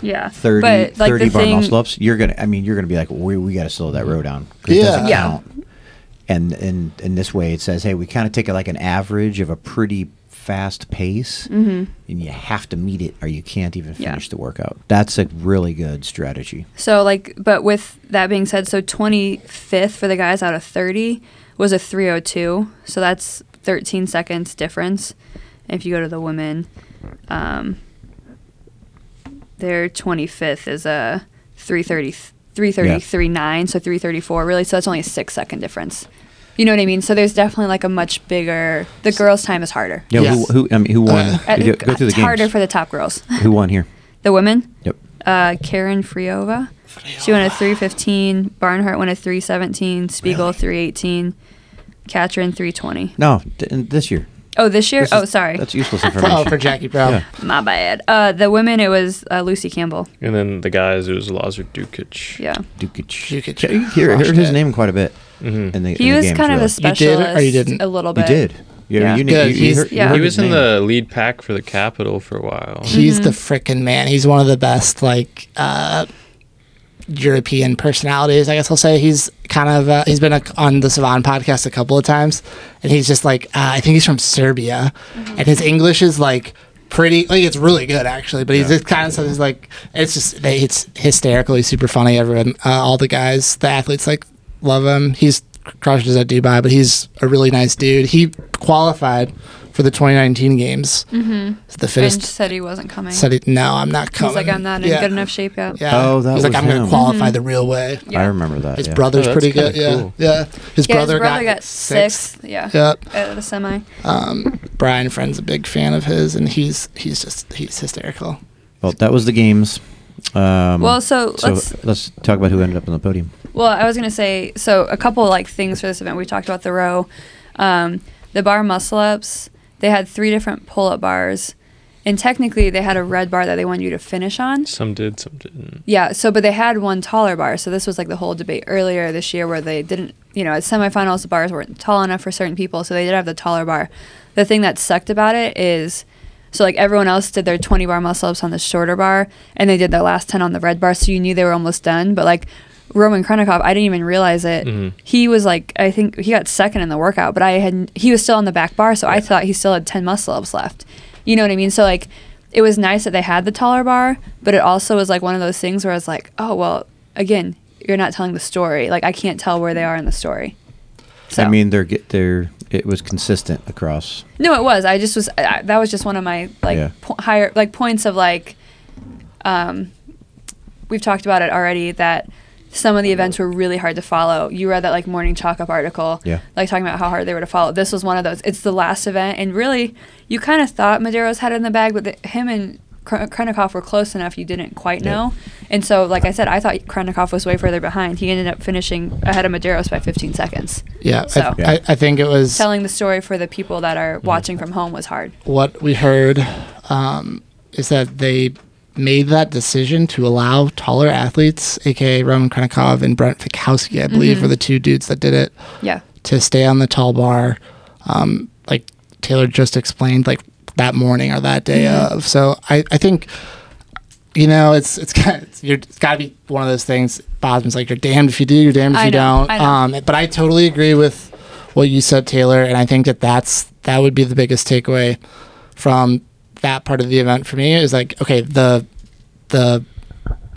Yeah. 30, but like 30 the bar thing, muscle ups. You're gonna, I mean, you're gonna be like, we, we got to slow that row down. 'cause Yeah. it doesn't Yeah. count. And and in this way, it says, hey, we kind of take a, like an average of a pretty fast pace, and you have to meet it, or you can't even Mm-hmm. Yeah. finish the workout. That's a really good strategy. So like, but with that being said, so 25th for the guys out of 30 was a 302. So that's 13 seconds difference. If you go to the women, um, their 25th is a 330, 333.9, so 334 really. So that's only a six second difference. You know what I mean? So there's definitely like a much bigger. The girls' time is harder. Yeah, Yes. who, who I mean, who won? Uh, Uh, If you go through the it's harder games. for the top girls. who won here? The women, Yep. uh, Karen Friova. She went a 315. Barnhart went a 317. Spiegel Really? 318. Katrin 320. No, th- in- this year. Oh, this year? This oh, is- sorry. That's useless information. Oh, for Jackie Brown. Yeah. My bad. Uh, the women, it was uh, Lucy Campbell. And then the guys, it was Lazar Dukic. Yeah. Dukic. Dukic Mm-hmm. You hear, crushed heard his it. name quite a bit. Mhm. In the, He in the was games, kind of really. a You did it or specialist. you didn't? A little You bit. did. Yeah, Yeah. You, knew- Good, you- you he's- heard- you yeah. heard He his was in name. the lead pack for the Capitol for a while. He's the frickin' man. He's one of the best, like, uh, European personalities, I guess I'll say. He's kind of, uh, he's been a, on the Savan podcast a couple of times, and he's just like, uh, I think he's from Serbia, and his English is like pretty, like, it's really good actually, but he's just kind of something like, it's just, they- it's hysterically super funny. Everyone, uh, all the guys, the athletes, like, love him. He's crushes at Dubai, but he's a really nice dude. He qualified for the 2019 games, mm-hmm. the And fittest said he wasn't coming. said it, no, I'm not coming. He's like, I'm not in Yeah. good enough shape yet. Yeah. Oh, that He's like, was I'm going him. to qualify the real way. I Yeah. remember that. His yeah. brother's Oh, that's pretty good. kinda Yeah. cool. Yeah. His, Yeah, brother, his brother got, sixth. sixth. Yeah. Yep. At the semi. Um, Brian Friend's a big fan of his, and he's he's just he's hysterical. Well, that was the games. Um, Well, so let's- let's talk about who ended up on the podium. Well, I was going to say so a couple like things for this event. We talked about the row, um, the bar muscle ups. They had three different pull up bars, and technically they had a red bar that they wanted you to finish on. Some did, some didn't. Yeah. So, but they had one taller bar. So this was like the whole debate earlier this year where they didn't. You know, at semifinals the bars weren't tall enough for certain people, so they did have the taller bar. The thing that sucked about it is. So like everyone else did their 20 bar muscle ups on the shorter bar, and they did their last 10 on the red bar. So you knew they were almost done. But like Roman Krennikov, I didn't even realize it. He was like, I think he got second in the workout, but I had he was still on the back bar, so I thought he still had 10 muscle ups left. You know what I mean? So like, it was nice that they had the taller bar, but it also was like one of those things where I was like, oh well, again, you're not telling the story. Like I can't tell where they are in the story. So. I mean, they're get they're it was consistent across. No, it was. I just was. I, that was just one of my like Yeah. po- higher like points of like. Um, we've talked about it already that some of the events were really hard to follow. You read that like morning chalk up article, Yeah. like talking about how hard they were to follow. This was one of those. It's the last event, and really, you kind of thought Madero's had it in the bag, but the, him and Kre- Krennikov were close enough. You didn't quite Yeah. know, and so like I said, I thought Krennikov was way further behind. He ended up finishing ahead of Madero's by 15 seconds. Yeah. I- So- I, I, think it was Telling the story for the people that are Mm-hmm. watching from home was hard. what we heard um, is that they made that decision to allow taller athletes, aka Roman Krennikov and Brent Fikowski, I Mm-hmm. believe, were the two dudes that did it. Yeah. to stay on the tall bar, um, like Taylor just explained, like that morning or that day Mm-hmm. of. So I, I think, you know, it's it's got it's, you're, it's got to be one of those things. Bosman's like you're damned if you do, you're damned if I you know, don't. I know. Um, but I totally agree with what you said, Taylor, and I think that that's that would be the biggest takeaway from that part of the event for me is like okay the the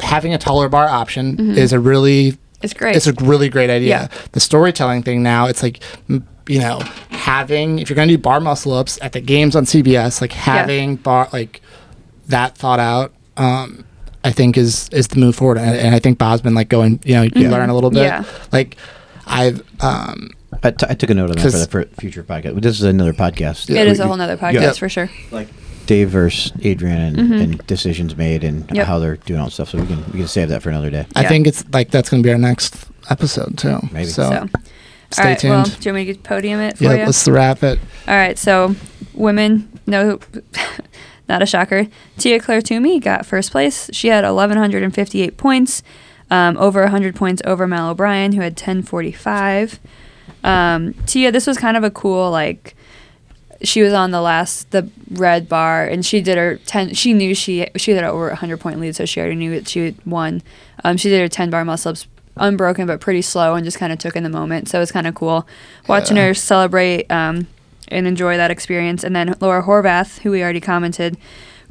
having a taller bar option Mm-hmm. is a really It's great. it's a really great idea. Yeah. The storytelling thing now, it's like, m- you know, having, if you're going to do bar muscle ups at the games on CBS, like having bar, like that thought out, um, I think is, is the move forward. And, and I think Bob's been like going, you know, you learn a little bit. Mm-hmm. Yeah. Like I've, um, I, t- I took a note of that 'Cause- for the fr- future podcast. But this is another podcast. It is a whole nother nother podcast Yeah. for sure. like Dave versus Adrian and, and decisions made and Yep. how they're doing all that stuff. So we can we can save that for another day. I Yeah. think it's like, that's going to be our next episode too. Maybe. So, So, stay all right. tuned. Well, do you want me to podium it for yeah, you? let's wrap it. all right. So, women, no, not a shocker. Tia Claire Toomey got first place. She had 1,158 points, um, over 100 points over Mal O'Brien, who had 1045. Um, Tia, this was kind of a cool like. She was on the last the red bar, and she did her ten. She knew she she had over a hundred point lead, so she already knew that she had won. Um, she did her ten bar muscle ups unbroken, but pretty slow, and just kind of took in the moment. So it was kind of cool watching her celebrate. Um, and enjoy that experience. And then Laura Horvath, who we already commented,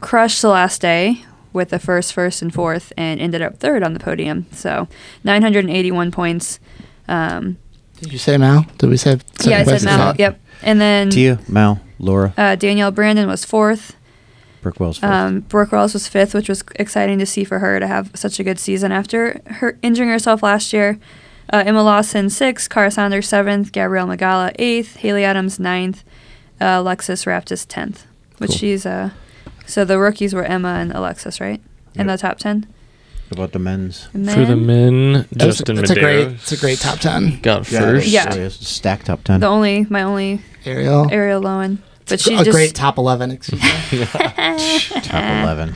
crushed the last day with the first, first, and fourth, and ended up third on the podium. So 981 points. Um, Did you say Mal? Did we say? yeah, I said West- Mal. Yep. And then Tia, Mal, Laura, uh, Danielle Brandon was fourth. Brooke Wells. first. Um, Brooke Rawls was fifth, which was exciting to see for her to have such a good season after her injuring herself last year. Uh, Emma Lawson sixth, Cara Saunders seventh, Gabrielle Magala eighth, Haley Adams ninth, uh, Alexis Raptis tenth. Which Cool. she's uh, so the rookies were Emma and Alexis, right? In Yep. the top ten. What about the men's? For the men, That's- Justin that's a great. Medeiros It's a great top ten. got first. Yeah. Stack top ten. the only my only Ariel. Ariel Lowen, but she Oh. a just great top eleven. Excuse me. top eleven.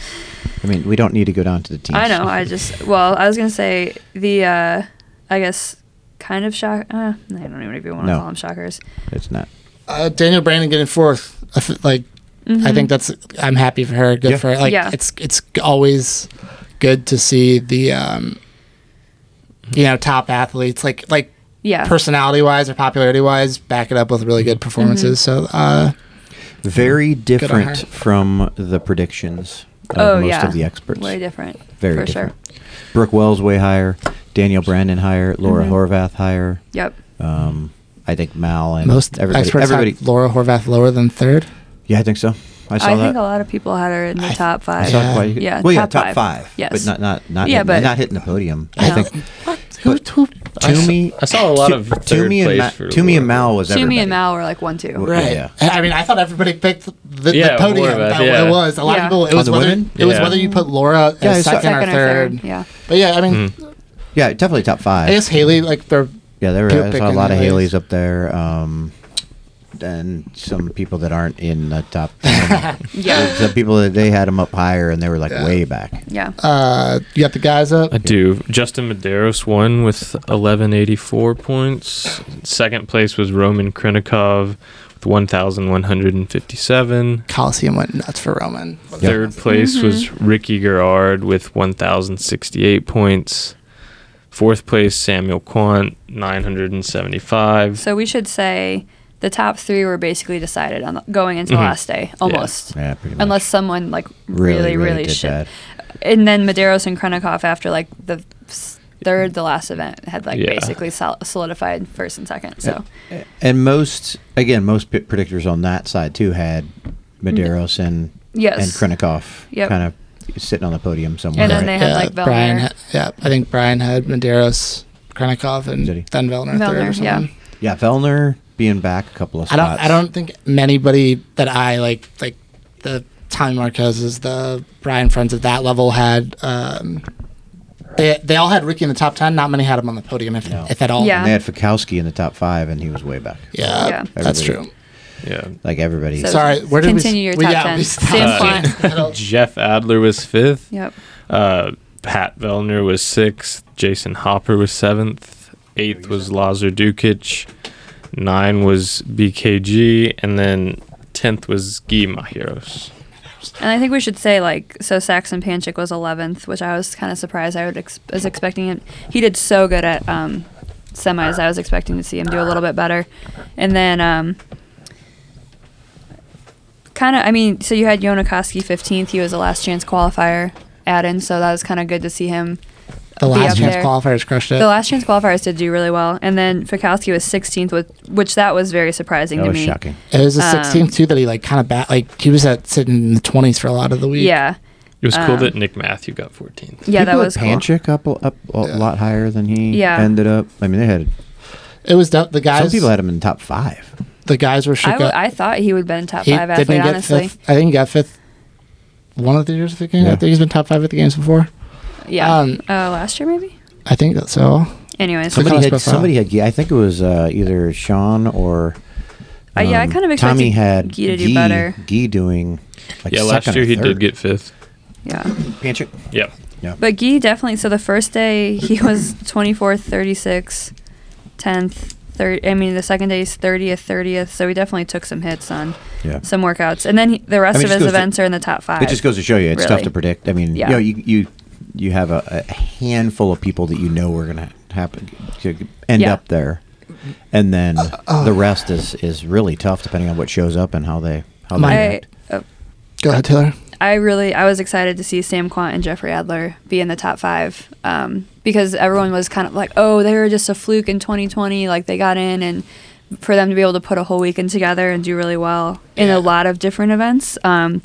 I mean, we don't need to go down to the teams. I know. I just well, I was gonna say the uh, I guess kind of shock. Uh, I don't even if you want to No. call them shockers. It's not. uh, Daniel Brandon getting fourth. I f- like I think that's I'm happy for her. Good Yeah. for her. Like Mm-hmm. Yeah. it's it's always good to see the um, you know top athletes like like Yeah. personality wise or popularity wise back it up with really Mm-hmm. good performances. So uh, Very her. different from the predictions of oh uh, most yeah. of the experts. Way different. Very for different. sure. Brooke Wells way higher. Daniel Brandon higher. Laura Mm-hmm. Horvath higher. Yep. Um, I think Mal and most everybody. experts everybody. have Laura Horvath lower than third. yeah, I think so. I saw I, that. think a lot of people had her in the I- top I five. saw Yeah. why you- Yeah, Well, yeah, top top five. five. Yes. But not not not Yeah, hitting, but- not hitting the podium. I No. think What? Who, But- who, I saw- Toomey. I saw a lot of third Toomey and place Ma- for Toomey and Laura. Mal was Toomey and everybody. Mal were like one two. Well, Right. Yeah. I mean, I thought everybody picked the, Yeah, the podium. Horvath, that yeah. It was a lot Yeah. of people. It On was Oh, the whether women? it was Yeah. whether you put Laura Yeah, I as saw- second, or Second third. Yeah. But yeah, I mean, Mm. Yeah, definitely top five. I guess Haley like they're Yeah, there Pill were I saw a picking lot of anyways. Haley's up there, um, and some people that aren't in the top. ten. Yeah. some people that they had them up higher, and they were like Yeah. way back. Yeah. uh you got the guys up. I do. Justin Medeiros won with 1184 points. Second place was Roman Krinikov with 1157. Coliseum went nuts for Roman. Third place was Ricky Gerard with 1068 points. Fourth place Samuel Quant 975. So we should say the top three were basically decided on the, going into the last day almost. Mm-hmm. Yeah, pretty much. Unless someone like Really, really, really, really did shit. bad. And then Medeiros and Krennikov after like the s- third, the last event had like Yeah. basically sol- solidified first and second. So and most again, most pit predictors on that side too had Medeiros and Mm-hmm. Yes. and Krennikov Yep. kind of sitting on the podium somewhere. And then they had, like, Brian. Vellner. ha- Yeah, I think Brian had Medeiros, Krenikov, and Did he? then Vellner, third or Vellner, yeah. something. yeah, Fellner being back a couple of I don't. spots. I don't think anybody that I like, like the Tommy Marquez is the Brian friends at that level had. um They they all had Ricky in the top ten. Not many had him on the podium, if No. if at all. Yeah. And they had Fakowski in the top five, and he was way back. Yeah, Yeah. that's Everybody- true. Yeah. Like everybody. So- Sorry, where did Continue we, your we- top yeah, 10. we Sam stopped. Jeff Adler was 5th. yep. Uh, Pat Vellner was sixth. Jason Hopper was seventh. Eighth was Lazar Dukic. Nine was BKG, and then tenth was Guy Mahiros. And I think we should say like so Saxon Panchik was 11th, which I was kind of surprised. I would ex- was expecting him. He did so good at um, semis. I was expecting to see him do a little bit better. And then um, kind of I mean, so you had Yonakoski 15th. He was a last chance qualifier add-in, so that was kind of good to see him. be the last up chance there. qualifiers crushed it. The last chance qualifiers did do really well, and then Fikowski was 16th, with, which that was very surprising that to oh, was me. shocking. It was the Um, 16th too that he like kind of bat like he was at sitting in the 20s for a lot of the week. Yeah, It was Ah. cool Um, that Nick Matthew got fourteenth. yeah, that People was had cool. Panchik up up a lot higher than he Yeah. ended up. I mean, they had it was the, the some guys. people had him in top five. the guys were shook I, w- up. I thought he would have been top He- five didn't he athlete, get honestly. fifth? I think he got fifth. One of the years of the game. I Yeah. think he's been top five at the games before. Yeah. Um, uh, last year maybe. I think that's so. Anyways, Somebody- Somebody Nicolas had Profile. somebody had. Yeah, I think it was uh, either Sean or. Uh, yeah, I um, kind of expected Tommy had Guy to do better. Guy doing. Like yeah, last second year or he third. did get fifth. yeah, Panchik. Yeah, Yeah, but Guy definitely. So the first day he was 24th, 36th, 10th, 30. I mean the second day is 30th, 30th. So he definitely took some hits on yeah. some workouts, and then he, the rest mean, it of just his goes to- events are in the top five. it just goes to show you, it's tough Really. to predict. I mean, Yeah. you know, you you you have a, a handful of people that you know are going to happen to end Yeah. up there. and then the rest is is really tough depending on what shows up and how they how they My- I, act. uh, Go ahead, Taylor. I really I was excited to see Sam Quant and Jeffrey Adler be in the top five um, because everyone was kind of like, oh, they were just a fluke in 2020, like they got in, and for them to be able to put a whole weekend together and do really well in Yeah. a lot of different events, um,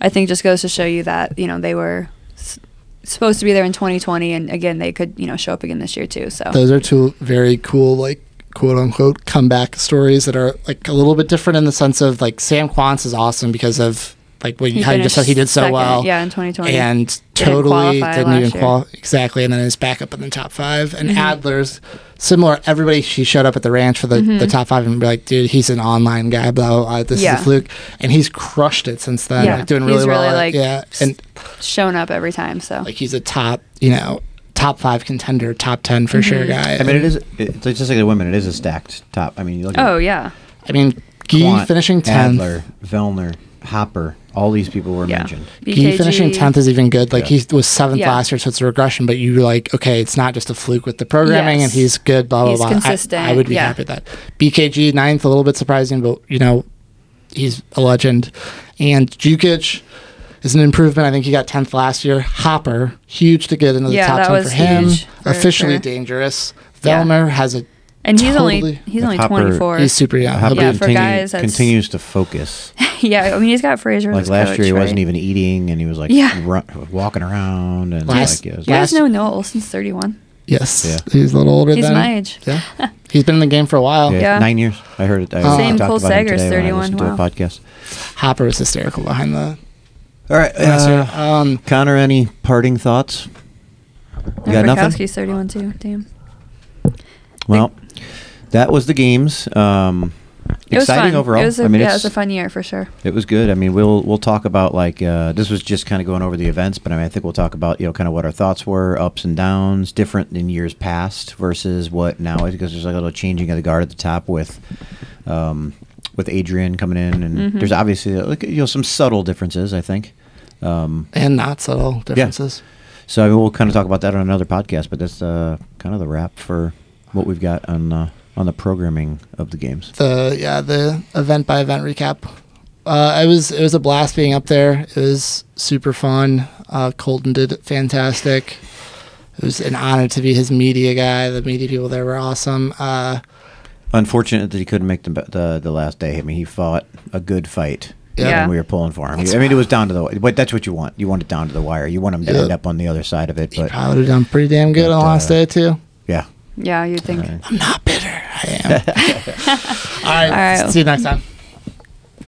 I think just goes to show you that you know they were s- supposed to be there in 2020, and again they could you know show up again this year too. So Those are two very cool, like quote unquote, comeback stories that are like a little bit different in the sense of like Sam Quance is awesome because of like what you, how you just said he did so second, well. yeah, in 2020. and Didn't totally qualify last didn't even year. Mm-hmm. qualify exactly and then it's back up in the top five and adler's similar everybody she showed up at the ranch for the, the top five and be like dude he's an online guy blah blah, blah Mm-hmm. this Yeah. is a fluke and he's crushed it since then Yeah. like doing He's really well really, at- like, yeah and shown up every time. So like he's a top you know top five contender top 10 for sure Mm-hmm. guy I mean, it is it's just like the women. It is a stacked top. I mean, you look at oh yeah, i mean Guy Quant, finishing 10th Adler, Vellner, Hopper. All these people were yeah. mentioned. Guy finishing BKG. 10th is even good. Like, he was seventh Yeah. last year, so it's a regression, but you're like, okay, it's not just a fluke with the programming, and Yes. he's good, blah, blah, He's blah. I- consistent, I, would be yeah. happy with that. BKG, ninth, a little bit surprising, but, you know, he's a legend. And Jukic is an improvement. I think he got 10th last year. Hopper, huge to get into the Yeah, top that 10 for was him. huge, for Officially sure. dangerous. Yeah. Velmer has a, And he's Totally. only he's If only Hopper- 24. he's super young. He'll Hopper be- Yeah, for guys, that's- continues to focus. yeah, I mean he's got Fraser. Like last year, he wasn't even eating, and he was like Yeah. run, walking around and Last- like, it was- You guys last- know Noah Olson's 31. Yes. Yeah. He's a little older He's than my age. Yeah. he's been in the game for a while. yeah, Yeah. nine years. I heard it. I Uh, talked Same about Cole him Sager's today when I 31, listened to a wow. podcast. Hopper was hysterical behind the. All right, uh, Uh, um, Connor, any parting thoughts? You got nothing. Gronkowski's 31 too. Damn. Well, that was the games. Um, It was exciting fun. overall. It was a, I mean, yeah, it it's- was a fun year for sure. It was good. I mean, we'll we'll talk about like uh, this was just kind of going over the events, but I mean, I think we'll talk about you know kind of what our thoughts were, ups and downs, different in years past versus what now is because there's like a little changing of the guard at the top with um, with Adrian coming in, and there's obviously uh, like you know some subtle differences. I think. Um, and not subtle differences. so I mean, we'll kind of talk about that on another podcast, but that's uh, kind of the wrap for what we've got on uh, on the programming of the games. The yeah, the event by event recap. Uh, it was it was a blast being up there. It was super fun. Uh, Colton did fantastic. It was an honor to be his media guy. The media people there were awesome. Uh, Unfortunate that he couldn't make the, the the last day. I mean, he fought a good fight. Yeah. And we were pulling for him. I mean, it was down to the. But that's what you want. You want it down to the wire. You want him to Yeah. end up on the other side of it. he But probably would have done pretty damn good on the But, last uh, day too. yeah. Yeah, you'd think. Uh, I'm not bitter. I am. All right. All right. See you next time.